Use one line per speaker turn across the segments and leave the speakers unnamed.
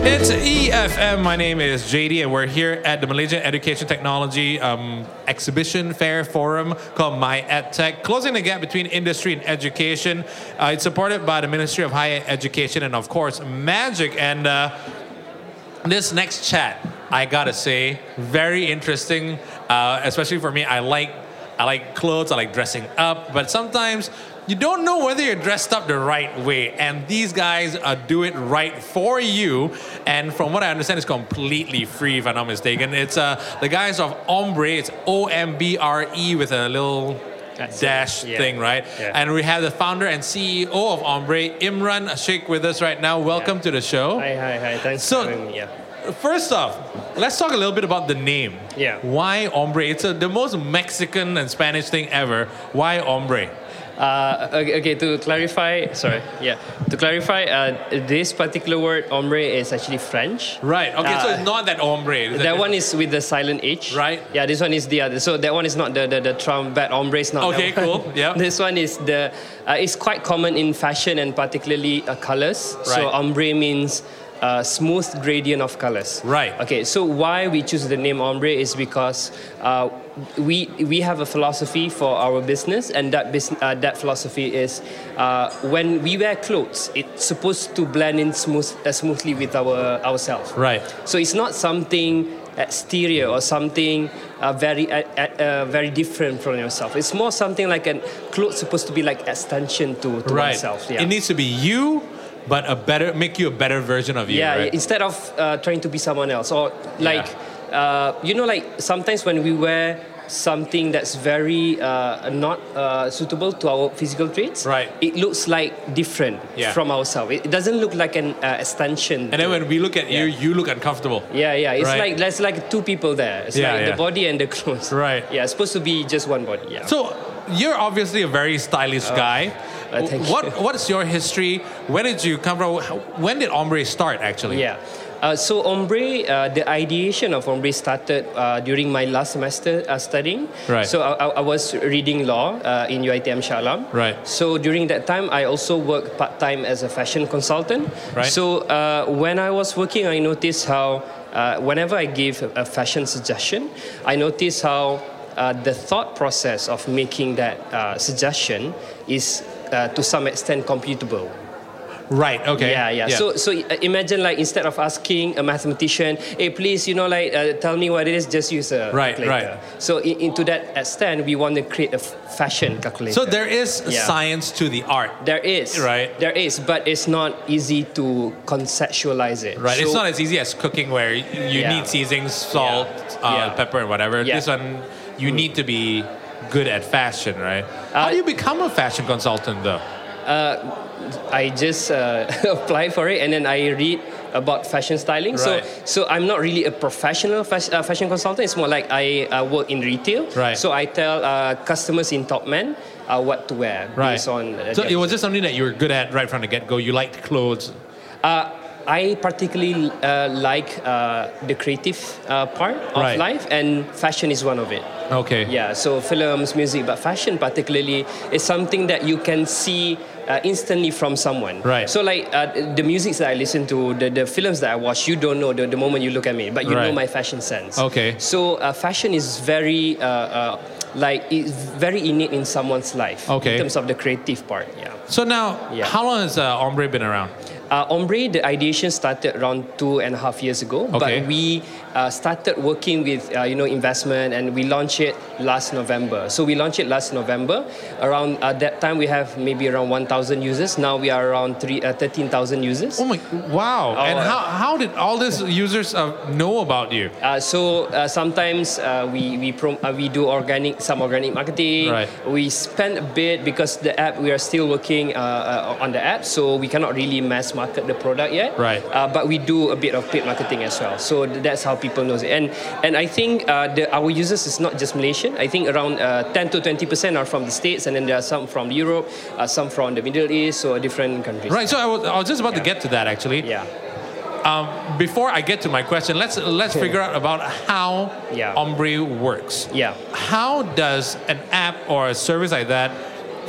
BFM. E My name is JD, and we're here at the Malaysian Education Technology um, Exhibition Fair Forum called My EdTech, closing the gap between industry and education. Uh, it's supported by the Ministry of Higher Education and, of course, Magic. And uh, this next chat, I gotta say, very interesting, uh, especially for me. I like I like clothes, I like dressing up, but sometimes you don't know whether you're dressed up the right way, and these guys uh, do it right for you. And from what I understand, it's completely free, if I'm not mistaken. It's uh, the guys of Ombre. It's O M B R E with a little
That's it,
dash
yeah.
thing, right?
Yeah.
And we have the founder and CEO of Ombre, Imran Sheikh, with us right now. Welcome to the show.
Hi, hi, hi. Thanks
So-
for having me. Yeah.
First off, let's talk a little bit about the name.
Yeah.
Why ombre? It's a, the most Mexican and Spanish thing ever. Why ombre?
Uh, okay, okay, to clarify, sorry, yeah. To clarify, uh, this particular word, ombre, is actually French.
Right. Okay, so
Uh,
it's not that ombre. It's
That
like-
one is with the silent H.
Right.
Yeah, this one is the other. So that one is not the, the, the trumpet ombre. Is not
Okay,
that one.
cool, yeah.
This one is the, uh, it's quite common in fashion and particularly uh, colors. So
Right.
ombre means uh, smooth gradient of colors.
Right.
Okay, so why we choose the name ombre is because uh, we, we have a philosophy for our business and that, bus- uh, that philosophy is uh, when we wear clothes, it's supposed to blend in smooth, uh, smoothly with our ourselves.
Right.
So it's not something exterior or something uh, very uh, uh, very different from yourself. It's more something like an clothes supposed to be like extension to, to
right.
oneself. Yeah.
It needs to be you, but a better make you a better version of you.
yeah.
right?
Instead of uh, trying to be someone else or like uh, you know like sometimes when we wear something that's very uh, not uh, suitable to our physical traits
Right.
it looks like different
Yeah.
from ourselves it it doesn't look like an uh, extension
and then
to-
when we look at you, you look uncomfortable.
Yeah, yeah. It's
Right.
like there's like two people there. It's
Yeah,
like
yeah.
the body and the clothes.
Right.
Yeah, it's supposed to be just one body. Yeah.
So you're obviously a very stylish guy.
uh, thank
what
you.
what's your history? Where did you come from? How- When did ombre start actually?
yeah. Uh, so ombre, uh, the ideation of ombre started uh, during my last semester uh, studying.
Right.
So I, I I was reading law uh, in UITM Shah Alam.
Right.
So during that time, I also worked part time as a fashion consultant.
Right.
So uh, when I was working, I noticed how uh, whenever I give a fashion suggestion, I noticed how uh, the thought process of making that uh, suggestion is uh, to some extent computable.
Right, okay.
Yeah, yeah. So, so uh, imagine like instead of asking a mathematician, hey, please, you know, like uh, tell me what it is, just use a
Right, right.
calculator. So, in, into that extent, we want to create a f- fashion calculator.
so there is
Yeah.
science to the art.
there is
Right.
There is, but it's not easy to conceptualize it.
Right, it's
So-
not as easy as cooking where you
Yeah.
need seasonings, salt, Uh,
Yeah.
pepper, and whatever.
Yeah.
This one, you need to be good at fashion, right? How do
Uh,
you become a fashion consultant, though?
I just uh, apply for it and then I read about fashion styling.
Right.
So, so I'm not really a professional fas- uh, fashion consultant. It's more like I uh, work in retail.
Right.
So I tell uh, customers in Top Man uh, what to wear
Right.
based on. Uh,
so
their-
it was just something that you were good at right from the get go. You liked clothes.
Uh, I particularly uh, like uh, the creative uh, part of
Right.
life, and fashion is one of it.
Okay.
Yeah, so films, music, but fashion particularly is something that you can see uh, instantly from someone.
Right.
So like uh, the music that I listen to, the, the films that I watch, you don't know the, the moment you look at me, but you know
Right.
my fashion sense.
Okay.
So uh, fashion is very uh, uh, like it's very innate in someone's life.
Okay.
In terms of the creative part, yeah.
So now,
Yeah.
how long has uh, Ombre been around?
Uh, Ombre, the ideation started around two and a half years ago,
Okay.
but we uh, started working with uh, you know investment, and we launched it last November. So we launched it last November. Around uh, that time, we have maybe around 1,000 users. Now we are around three, uh, 13,000 users.
Oh my, wow. and
uh,
how, how did all these users uh, know about you?
Uh, so uh, sometimes uh, we we prom- uh, we do organic some organic marketing.
Right.
We spend a bit because the app we are still working uh, uh, on the app, so we cannot really mass market the product yet.
Right.
Uh, but we do a bit of paid marketing as well, so th- that's how people knows it. And and I think uh, the, our users is not just Malaysian. I think around uh, 10 to 20 percent are from the states, and then there are some from Europe, uh, some from the Middle East, so different countries.
Right, so I was, I was just about to get to that actually.
Yeah.
Um, before I get to my question, let's let's figure out about how
Yeah.
Ombre works.
Yeah.
How does an app or a service like that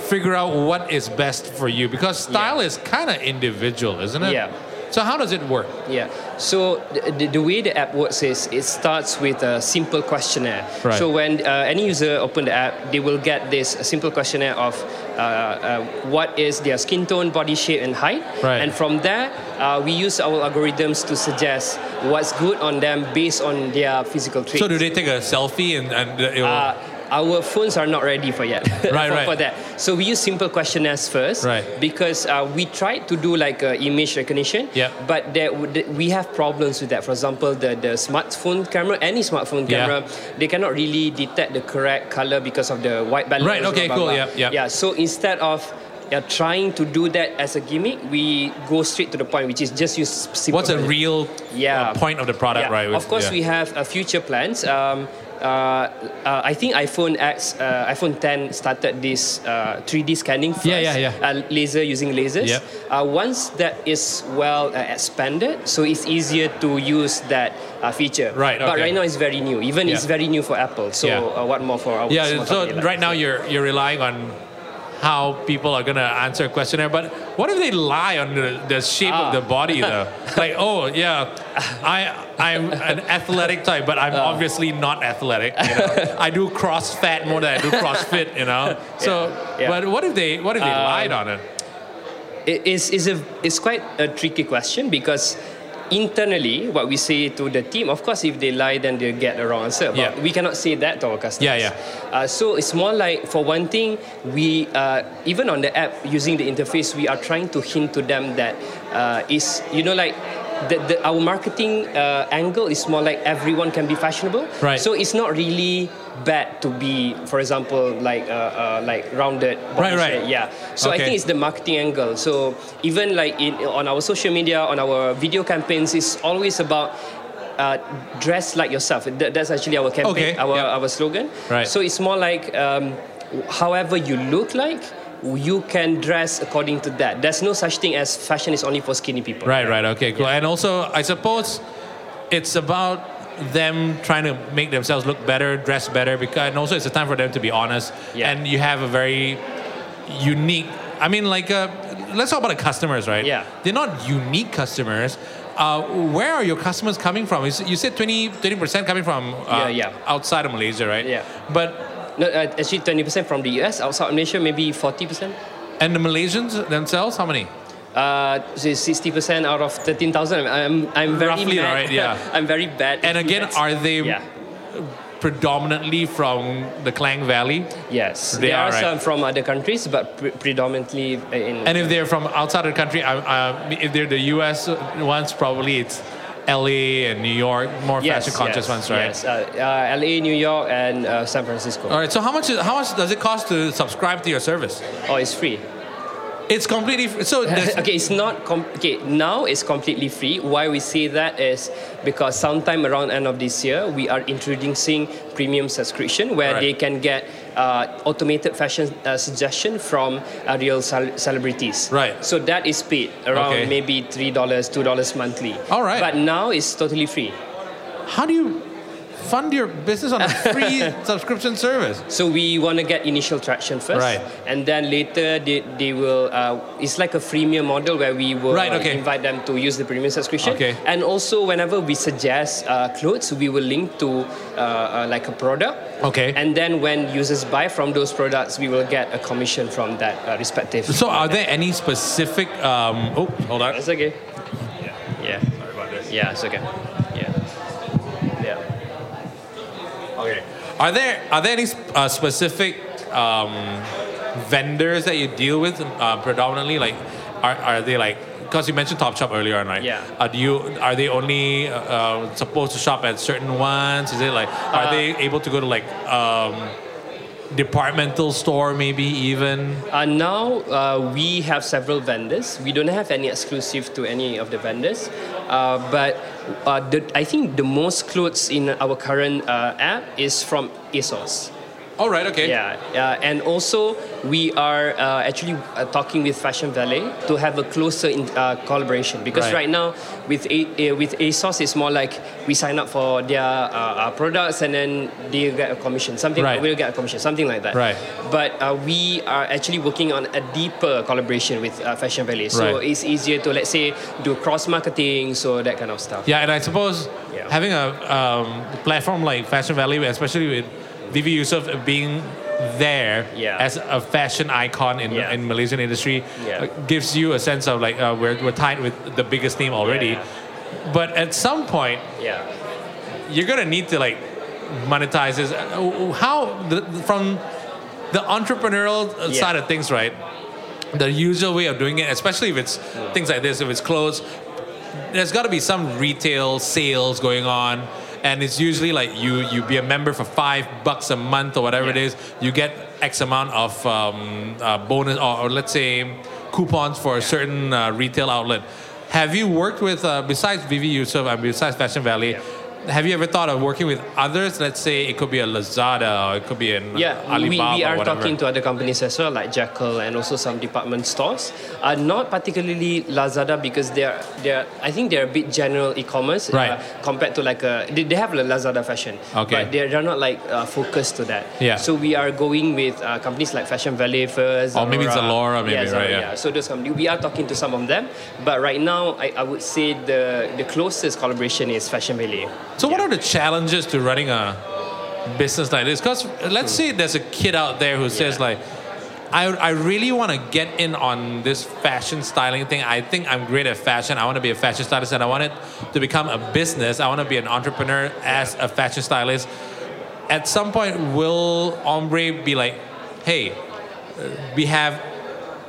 figure out what is best for you? Because style is kind of individual, isn't it?
Yeah.
So how does it work?
Yeah. So the, the, the way the app works is it starts with a simple questionnaire.
Right.
So when uh, any user open the app, they will get this simple questionnaire of uh, uh, what is their skin tone, body shape, and height.
Right.
And from there, uh, we use our algorithms to suggest what's good on them based on their physical traits.
So do they take a selfie and, and it will,
Uh, our phones are not ready for yet
Right,
for,
right.
for that so we use simple questionnaires first
Right.
because uh, we tried to do like uh, image recognition
Yep.
but there, would- we have problems with that for example the, the smartphone camera any smartphone
Yeah.
camera they cannot really detect the correct color because of the white balance
Right, okay,
blah,
cool,
blah,
yep, yep.
blah. yeah so instead of yeah, trying to do that as a gimmick we go straight to the point which is just use simple
what's a
questions.
real
Yeah.
uh, point of the product,
Yeah.
right?
Of course,
yeah.
we have uh, future plans. Um, uh, uh, I think iPhone X, uh, iPhone 10 started this uh, 3D scanning first.
Yeah, yeah, yeah.
Uh, laser using lasers.
Yep.
Uh, once that is well uh, expanded, so it's easier to use that uh, feature.
Right,
But
okay.
right now it's very new. Even it's
Yeah.
very new for Apple. So
Yeah.
uh, what more for our
Yeah,
small
so
company like
right now
us?
you're you're relying on how people are gonna answer a questionnaire, but what if they lie on the, the shape
Ah.
of the body though? like, oh yeah, I I'm an athletic type, but I'm
Ah.
obviously not athletic. You know? I do cross fat more than I do CrossFit, you know. So,
yeah. Uh,
but what if they what if they lied on it?
It is is a it's quite a tricky question because internally what we say to the team of course if they lie then they get the wrong answer but
Yeah.
we cannot say that to our customers
Yeah, yeah.
uh, so it's more like for one thing we uh, even on the app using the interface we are trying to hint to them that uh, is you know like the, the, our marketing uh, angle is more like everyone can be fashionable
Right.
so it's not really bad to be for example like uh, uh, like rounded body
Right, right.
shape. yeah so
Okay.
i think it's the marketing angle. So even like in, on our social media, on our video campaigns, it's always about uh, dress like yourself. That, that's actually our campaign,
Okay,
our,
yeah.
our slogan.
Right.
So it's more like um, however you look like, you can dress according to that. There's no such thing as fashion is only for skinny people.
Right, right. Okay, cool. And also, I suppose it's about them trying to make themselves look better, dress better, because and also it's a time for them to be honest.
Yeah.
And you have a very unique. I mean, like, uh, let's talk about the customers, right?
Yeah.
They're not unique customers. Uh, where are your customers coming from? You s- You said 20 percent coming from uh,
Yeah, yeah.
outside of Malaysia, right?
Yeah.
But
No, uh, actually, 20% from the US, outside of Malaysia, maybe 40%.
and the Malaysians themselves, how many?
Uh, so 60% out of 13,000. I'm, I'm very
Roughly,
bad.
right, yeah.
I'm very bad.
And
at
again,
maths.
are they
Yeah.
predominantly from the Klang Valley?
Yes,
They
there
are,
are,
right.
some from other countries, but pre- predominantly in.
And if they're from outside of the country, I, I, if they're the US ones, probably it's LA and New York, more
yes,
fashion conscious
yes,
ones, right?
Yes, uh, uh, LA, New York, and uh, San Francisco.
All right. So how much is, how much does it cost to subscribe to your service?
oh, it's free.
It's completely f- so. there's-
okay, it's not com- okay. Now it's completely free. Why we say that is because sometime around end of this year we are introducing premium subscription where
Right.
they can get uh, automated fashion uh, suggestion from uh, real cel- celebrities.
Right.
So that is paid around
Okay.
maybe three dollars, two dollars monthly.
All right.
But now it's totally free.
how do you fund your business on a free subscription service?
So we want to get initial traction first,
Right.
and then later they, they will. Uh, it's like a freemium model where we will
Right,
uh,
okay.
invite them to use the premium subscription.
Okay.
And also, whenever we suggest uh, clothes, we will link to uh, uh, like a product.
Okay.
And then when users buy from those products, we will get a commission from that uh, respective.
So are there any specific? Um, oh, hold on.
It's okay. Yeah. Yeah. Sorry about this. Yeah, it's okay. Yeah. Yeah.
Okay. Are there are there any uh, specific um, vendors that you deal with uh, predominantly? Like, are, are they like because you mentioned Topshop earlier on, right?
Yeah.
Are you are they only uh, uh, supposed to shop at certain ones? Is it like are they
Uh,
able to go to like um, departmental store maybe even?
Uh, now uh, we have several vendors. We don't have any exclusive to any of the vendors, uh, but uh, the, I think the most clothes in our current uh, app is from ASOS.
All right. Okay.
Yeah, uh, and also we are uh, actually uh, talking with Fashion Valet to have a closer in, uh, collaboration because
Right.
right, now with a- uh, with ASOS it's more like we sign up for their uh, uh, products and then they get a commission something
Right.
we'll get a commission something like that
Right.
but uh, we are actually working on a deeper collaboration with uh, Fashion Valet so
Right.
it's easier to let's say do cross marketing so that kind of stuff
Yeah, and I suppose
Yeah.
having a um, platform like Fashion Valley, especially with Vivi Yusof being there
Yeah.
as a fashion icon in,
Yeah.
in Malaysian industry,
Yeah.
uh, gives you a sense of like uh, we're, we're tied with the biggest name already.
Yeah.
But at some point,
yeah
you're gonna need to like monetize this. Uh, How the, from the entrepreneurial uh,
Yeah.
side of things, right? The usual way of doing it, especially if it's things like this, if it's clothes, there's got to be some retail sales going on, and it's usually like you you be a member for five bucks a month or whatever it
Yeah.
is. You get X amount of um, uh, bonus or, or let's say coupons for a certain uh, retail outlet. Have you worked with uh, besides Vivi Yusuf and besides Fashion Valley?
Yeah.
Have you ever thought of working with others? Let's say it could be a Lazada or it could be an
Yeah,
Alibaba
we, we
or
are
whatever.
talking to other companies as well, like Jackal and also some department stores. Uh, not particularly Lazada because they're they're I think they're a bit general e-commerce
Right.
uh, compared to like a they, they have like Lazada fashion,
Okay.
but they're, they're not like uh, focused to that.
Yeah.
So we are going with uh, companies like Fashion Valet first,
Or Oh, maybe Zalora, maybe,
yeah, Zalora,
right, yeah.
yeah. So those companies, we are talking to some of them, but right now I, I would say the the closest collaboration is Fashion Valet.
So, what are the challenges to running a business like this? Because let's say there's a kid out there who says,
Yeah.
like, I, I really want to get in on this fashion styling thing. I think I'm great at fashion. I want to be a fashion stylist and I want it to become a business. I want to be an entrepreneur as a fashion stylist. At some point, will Ombre be like, hey, we have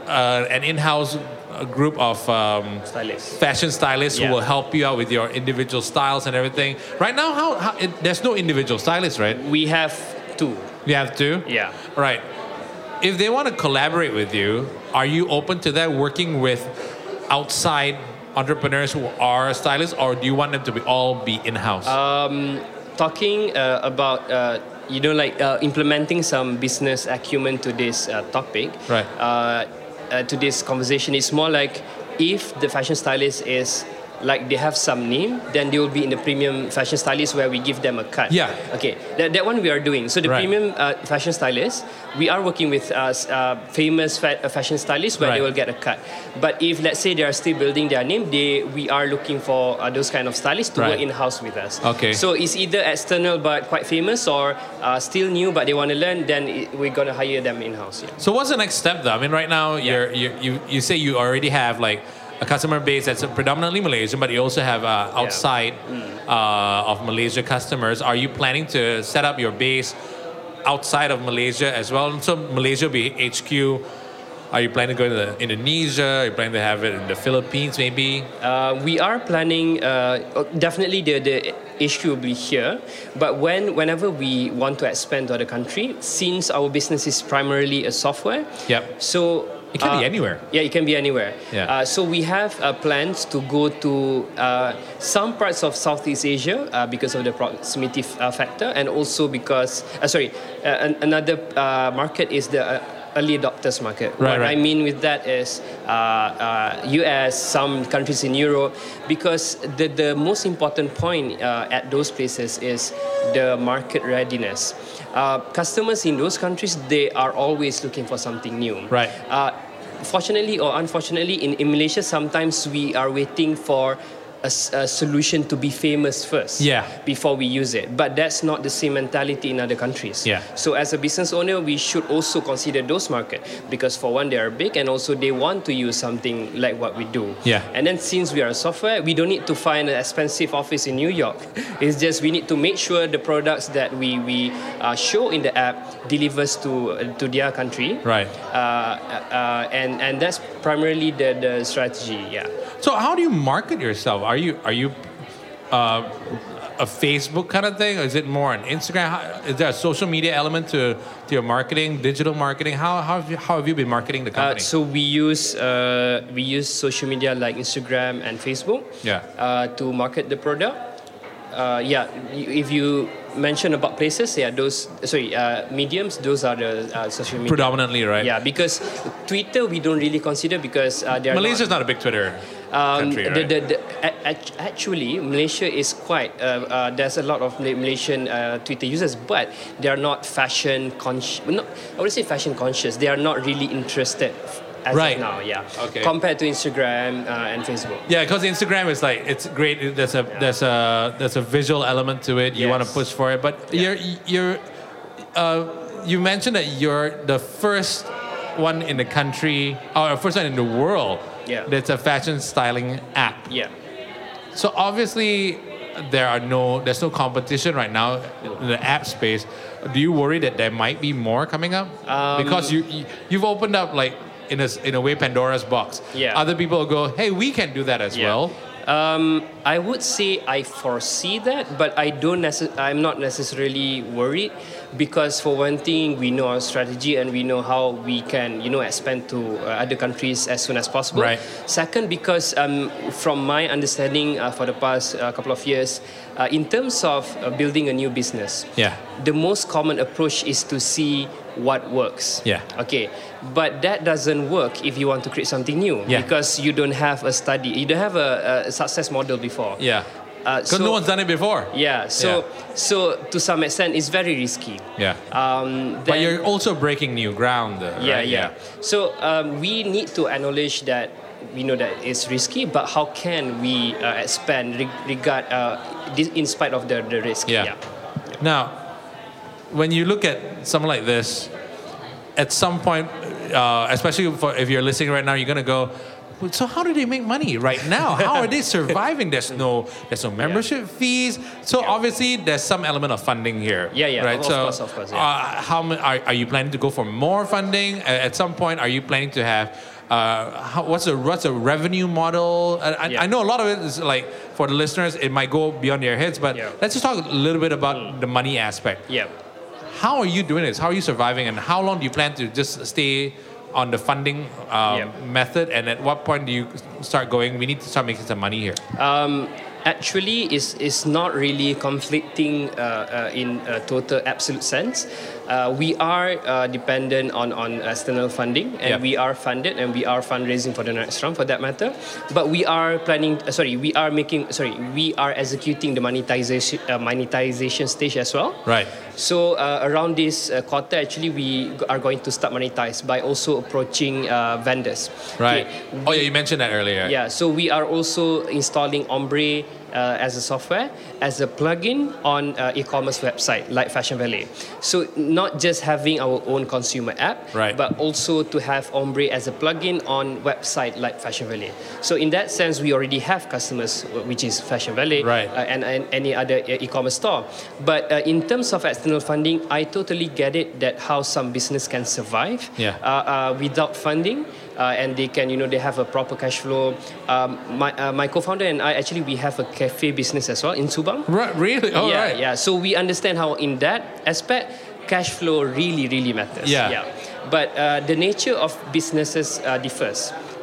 uh, an in-house uh, group of um,
Stylists.
fashion stylists
Yeah.
who will help you out with your individual styles and everything. Right now, how, how it, there's no individual stylist, right?
We have two.
You have to.
Yeah.
Right. If they want to collaborate with you, are you open to that? Working with outside entrepreneurs who are stylists, or do you want them to be all be in-house?
talking uh, about uh, you know like uh, implementing some business acumen to this uh, topic
Right.
uh, uh, to this conversation it's more like if the fashion stylist is like they have some name then they will be in the premium fashion stylist where we give them a cut
Yeah.
okay that, that one we are doing so the
Right.
premium uh, fashion stylist we are working with uh, s- uh, famous fa- uh, fashion stylists where they
Right.
will get a cut but if let's say they are still building their name they we are looking for uh, those kind of stylists to
Right.
work in house with us
Okay.
so so it's either external but quite famous or uh, still new but they want to learn, then it, we're going to hire them in house. Yeah.
So what's the next step though? I mean, right now you're, you you you say you already have like a customer base that's predominantly Malaysian, but you also have uh, outside uh, of Malaysia customers. Are you planning to set up your base outside of Malaysia as well? So Malaysia will be HQ. Are you planning to go to Indonesia? Are you planning to have it in the Philippines maybe?
Uh, we are planning, uh, oh, definitely the, the HQ will be here, but when whenever we want to expand to other country, since our business is primarily a software,
Yep.
so
It can be
uh,
anywhere.
Yeah, it can be anywhere.
Yeah.
Uh, so we have uh, plans to go to uh, some parts of Southeast Asia uh, because of the proximity f- uh, factor, and also because uh, sorry, uh, an- another uh, market is the. Uh, Early adopters market.
Right,
what
right.
I mean with that is uh, uh, US, some countries in Europe, because the, the most important point uh, at those places is the market readiness. Uh, customers in those countries, they are always looking for something new.
Right.
Uh, fortunately or unfortunately, in, in Malaysia, sometimes we are waiting for a, s- a solution to be famous first
Yeah.
before we use it. But that's not the same mentality in other countries.
Yeah.
So as a business owner, we should also consider those market because for one, they are big and also they want to use something like what we do.
Yeah.
And then since we are a software, we don't need to find an expensive office in New York. It's just we need to make sure the products that we, we uh, show in the app delivers to, to their country
Right.
uh, uh, and and that's primarily the, the strategy. Yeah.
So how do you market yourself? Are you are you uh, a Facebook kind of thing, or is it more on Instagram? How, is there a social media element to, to your marketing, digital marketing? How how have you, how have you been marketing the
Uh,
company?
so we use uh, we use social media like Instagram and Facebook.
Yeah.
Uh, to market the product. uh, yeah, you- if you mention about places, yeah, those sorry uh, mediums, those are the uh, social media.
Predominantly, right?
Yeah, because Twitter we don't really consider because uh, they are not-
Malaysia's not a big Twitter
um,
country,
the,
right?
the, the, a- act- actually, Malaysia is quite. Uh, uh, there's a lot of Malay- Malaysian uh, Twitter users, but they are not fashion conscious. Not, I wouldn't say fashion conscious. They are not really interested f- as
Right.
of now. Yeah.
Okay.
Compared to Instagram uh, and Facebook.
Yeah, because Instagram is like it's great. There's a there's a there's a visual element to it. You want to
Yes.
push for it, but you're you're uh, you mentioned that you're the first one in the country or first one in the world
Yeah.
that's a fashion styling app.
Yeah.
So obviously there are no there's no competition right now in the app space. Do you worry that there might be more coming up?
Um,
because you you- you've opened up like in a s- in a way Pandora's box.
Yeah.
Other people go, "Hey, we can do that as
Yeah.
well."
Um, I would say I foresee that, but I don't. Necess- I'm not necessarily worried because, for one thing, we know our strategy and we know how we can, you know, expand to uh, other countries as soon as possible.
Right.
Second, because um, from my understanding uh, for the past uh, couple of years, uh, in terms of uh, building a new business,
Yeah.
the most common approach is to see what works.
Yeah.
Okay, but that doesn't work if you want to create something new
Yeah.
because you don't have a study, you don't have a, a success model before.
Yeah.
Uh,
Because
so-
no one's done it before.
Yeah. So so to some extent, it's very risky.
Yeah.
Um,
but
then-
you're also breaking new ground. Though,
yeah,
right?
yeah. So um, we need to acknowledge that we know that it's risky, but how can we uh, expand re- regard uh, this in spite of the, the risk?
Yeah. Now, when you look at something like this, at some point, uh, especially for if you're listening right now, you're gonna go. "Well, So how do they make money right now? How are they surviving? There's no there's no membership fees. So obviously there's some element of funding here.
Yeah, yeah,
Right.
of- of
so
course, of course, yeah.
uh, how ma- are, are you planning to go for more funding? A- At some point, are you planning to have? Uh, how, what's the what's the revenue model? I, I,
Yeah.
I know a lot of it is like for the listeners, it might go beyond their heads, but
Yeah. Mm.
let's just talk a little bit about the money aspect.
Yeah.
How are you doing this? How are you surviving? And how long do you plan to just stay on the funding um,
Yeah.
method? And at what point do you start going? We need to start making some money here.
Um, actually, it's, it's not really conflicting uh, uh, in a total absolute sense. Uh, we are uh, dependent on, on external funding, and
Yeah.
we are funded, and we are fundraising for the next round, for that matter. But we are planning. uh, sorry, we are making. Sorry, we are executing the monetization uh, monetization stage as well.
Right.
So uh, around this uh, quarter, actually, we g- are going to start monetize by also approaching uh, vendors.
Right.
Okay,
Oh yeah, you mentioned that earlier.
yeah, so we are also installing Ombre uh, as a software, as a plugin on uh, e-commerce website like Fashion Valet. So not just having our own consumer app,
Right.
but also to have Ombre as a plugin on website like Fashion Valet. So in that sense, we already have customers, wh- which is Fashion Valet
Right.
uh, and, and any other e- e-commerce store. But uh, in terms of external funding, I totally get it that how some business can survive
Yeah.
uh, uh, without funding uh, and they can you know they have a proper cash flow um, my, uh, my co-founder and i actually we have a cafe business as well in subang
Right. Really? Oh
yeah
right.
yeah so we understand how in that aspect cash flow really really matters
Yeah.
but uh, the nature of businesses uh, differs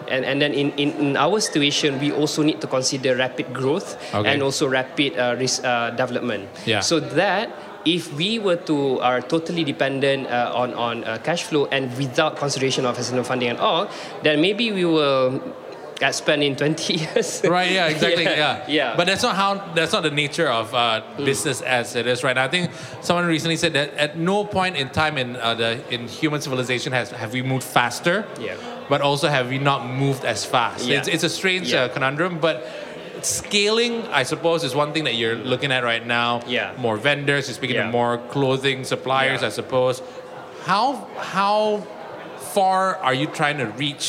and, and then in, in, in our situation we also need to consider rapid growth
Okay.
and also rapid uh, risk, uh, development
Yeah.
so that if we were to are totally dependent uh, on on uh, cash flow and without consideration of external funding at all, then maybe we will get spent in twenty years.
right yeah exactly yeah.
yeah. Mm.
but that's not how that's not the nature of uh, business as it is right now i think someone recently said that at no point in time in uh, the in human civilization has have we moved faster
Yeah.
but also have we not moved as fast
Yeah.
it's, it's a strange
Yeah.
uh, conundrum but scaling i suppose is one thing that you're looking at right now
Yeah.
more vendors you're speaking to
Yeah.
more clothing suppliers
Yeah.
i suppose how how far are you trying to reach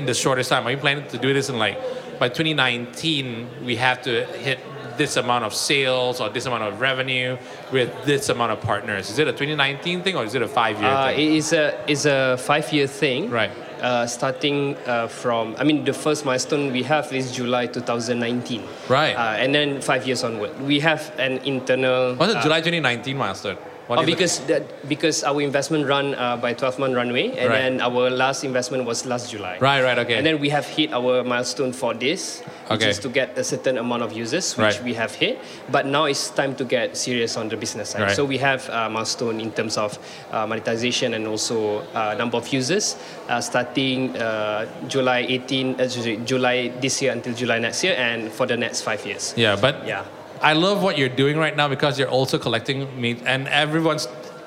in the shortest time? Are you planning to do this in like by 2019 we have to hit this amount of sales or this amount of revenue with this amount of partners? Is it a 2019 thing or is it a five year
Uh,
thing?
it is a is a five year thing.
Right.
Uh, starting uh, from, I mean, the first milestone we have is July 2019.
Right.
Uh, and then five years onward, we have an internal.
Was it
uh,
July 2019 milestone? What
Oh,
do you look
because that, because our investment run uh, by 12 month runway, and
Right.
then our last investment was last July.
Right, right, okay.
And then we have hit our milestone for this, which
Okay.
is to get a certain amount of users, which
Right.
we have hit. But now it's time to get serious on the business side.
Right.
So we have uh, milestone in terms of uh, monetization and also uh, number of users, uh, starting uh, July 18, uh, sorry, July this year until July next year, and for the next five years.
Yeah, but
Yeah.
I love what you're doing right now because you're also collecting meat, and everyone's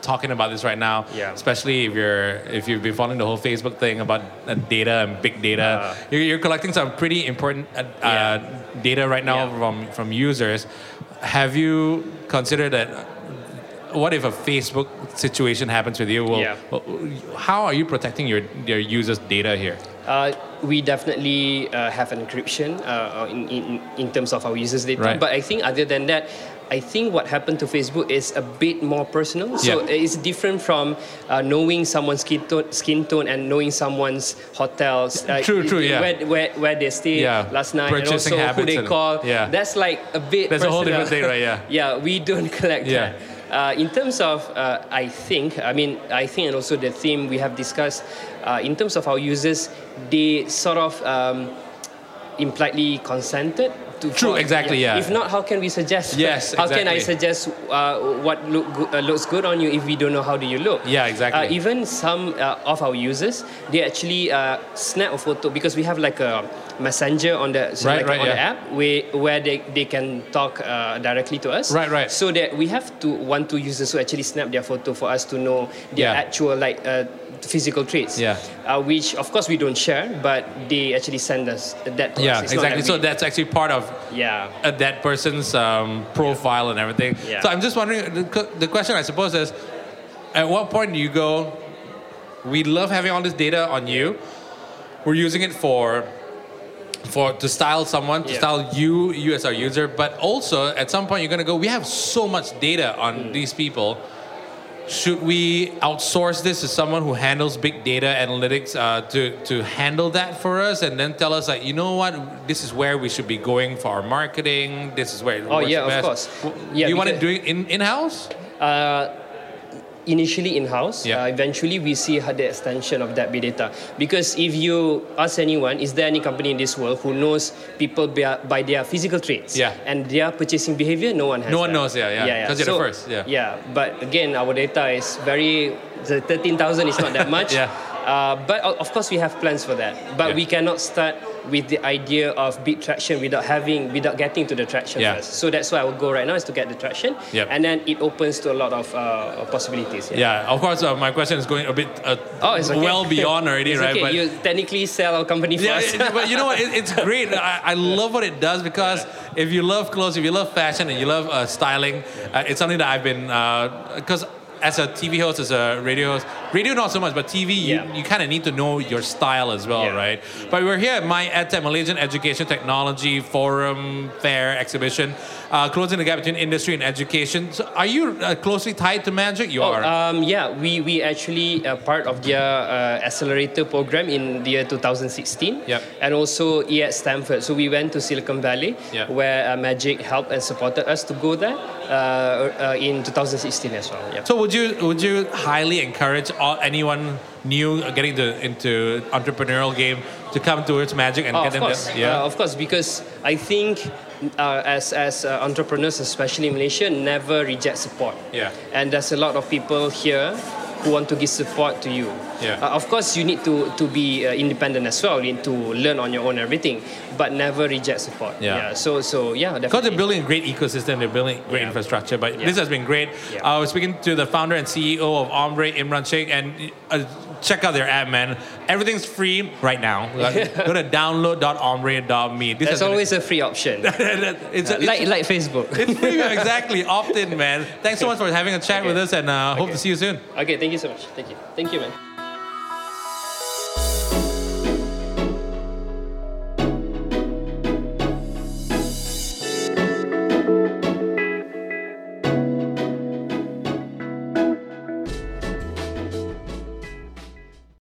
talking about this right now.
Yeah.
Especially if you're if you've been following the whole Facebook thing about uh, data and big data,
Uh.
you're, you're collecting some pretty important uh,
Yeah.
uh, data right now
Yeah.
from from users. Have you considered that? What if a Facebook situation happens with you? Well,
Yeah.
how are you protecting your your users' data here?
Uh, we definitely uh, have an encryption uh, in, in, in terms of our users' data.
Right.
But I think other than that, I think what happened to Facebook is a bit more personal. So
Yeah.
it's different from uh, knowing someone's skin tone, skin tone and knowing someone's hotels. Uh,
True, true, yeah.
Where, where, where they stayed
Yeah,
last night
purchasing
and also who
habits
they
and-
call.
yeah.
That's like a bit
That's a whole
personal.
different thing, right, yeah.
yeah, we don't collect
Yeah.
that. Uh, in terms of, uh, I think, I mean, I think, and also the theme we have discussed, uh, in terms of our users, they sort of um, impliedly consented to.
True, exactly, yeah.
If not, how can we suggest?
Yes,
How can
exactly.
I suggest uh, what look go- uh, looks good on you if we don't know how do you look?
Yeah, exactly.
Uh, even some uh, of our users, they actually uh, snap a photo because we have like a messenger on the so
Right,
like
right,
on the
yeah.
app where, where they, they can talk uh, directly to us.
Right, right.
So that we have to want to users who actually snap their photo for us to know their
Yeah.
actual like uh, physical traits.
Yeah.
Uh, which of course we don't share, but they actually send us that. To
Yeah,
us. It's not
exactly.
that
so
we-
that's actually part of
yeah.
uh, that person's um, profile and everything.
Yeah.
So I'm just wondering the, co- the question I suppose is at what point do you go, we love having all this data on you, we're using it for for to style someone, to
Yeah.
style you, you as our user, but also at some point you're gonna go, we have so much data on
Hmm.
these people. Should we outsource this to someone who handles big data analytics uh, to, to handle that for us and then tell us, like, you know what, this is where we should be going for our marketing, this is where it
Oh,
works
yeah, of
best.
course.
W-
Yeah,
you want to
because-
do it in, in-house?
Uh, initially in-house
Yeah.
uh, eventually we see how the extension of that big data because if you ask anyone is there any company in this world who knows people by, by their physical traits
Yeah.
and their purchasing behavior no one has
No one
that.
knows, yeah, yeah, 'cause you're the first, yeah.
yeah but again our data is very the 13000 is not that much
Yeah.
uh, but o- of course we have plans for that but
Yeah.
we cannot start with the idea of big traction without having without getting to the traction
Yeah.
first so that's why our goal right now is to get the traction
Yep.
and then it opens to a lot of uh, possibilities yeah.
Yeah, of course, uh, my question is going a bit uh,
Oh, it's okay.
well beyond already,
It's
right?
okay.
But-
you technically sell our company for
Yeah,
us.
it- but you know what? It, it's great. I, I love what it does because if you love clothes, if you love fashion, and you love uh, styling, uh, it's something that I've been because as a TV host, as a radio host, radio not so much, but TV,
Yeah.
you, you kind of need to know your style as well,
Yeah.
right? But we're here at my EdTech Malaysian Education Technology Forum Fair exhibition, uh, closing the gap between industry and education. So are you uh, closely tied to Magic? You are.
Um, yeah, we, we actually uh, part of their uh, accelerator program in the year 2016.
Yep.
And also E here at Stanford. So we went to Silicon Valley
Yeah.
where uh, Magic helped and supported us to go there uh, uh, in 2016 as well. Yeah.
So would you would you highly encourage all, anyone new getting to, into entrepreneurial game to come towards Magic and
Oh,
get
of
them?
course,
To, yeah.
Uh, of course, because I think uh, as as uh, entrepreneurs, especially in Malaysia, never reject support.
Yeah.
And there's a lot of people here who want to give support to you.
Yeah.
Uh, of course, you need to to be uh, independent as well. You need to learn on your own everything, but never reject support.
Yeah.
So so yeah,
because they're building
definitely.
a great ecosystem, they're building great
Yeah.
infrastructure. But
Yeah.
this has been great.
Yeah.
I was speaking to the founder and CEO of Ombre, Imran Sheikh, and uh, check out their app, man. Everything's free right now. Go to download.ombre.me. This has
There's
been-
always a free option,
it's, it's,
like like Facebook.
it's free, exactly. Opt in, man. Thanks so much for having a chat with us, and uh, hope
Okay.
to see you soon.
okay, thank you so much. Thank you. Thank you, man.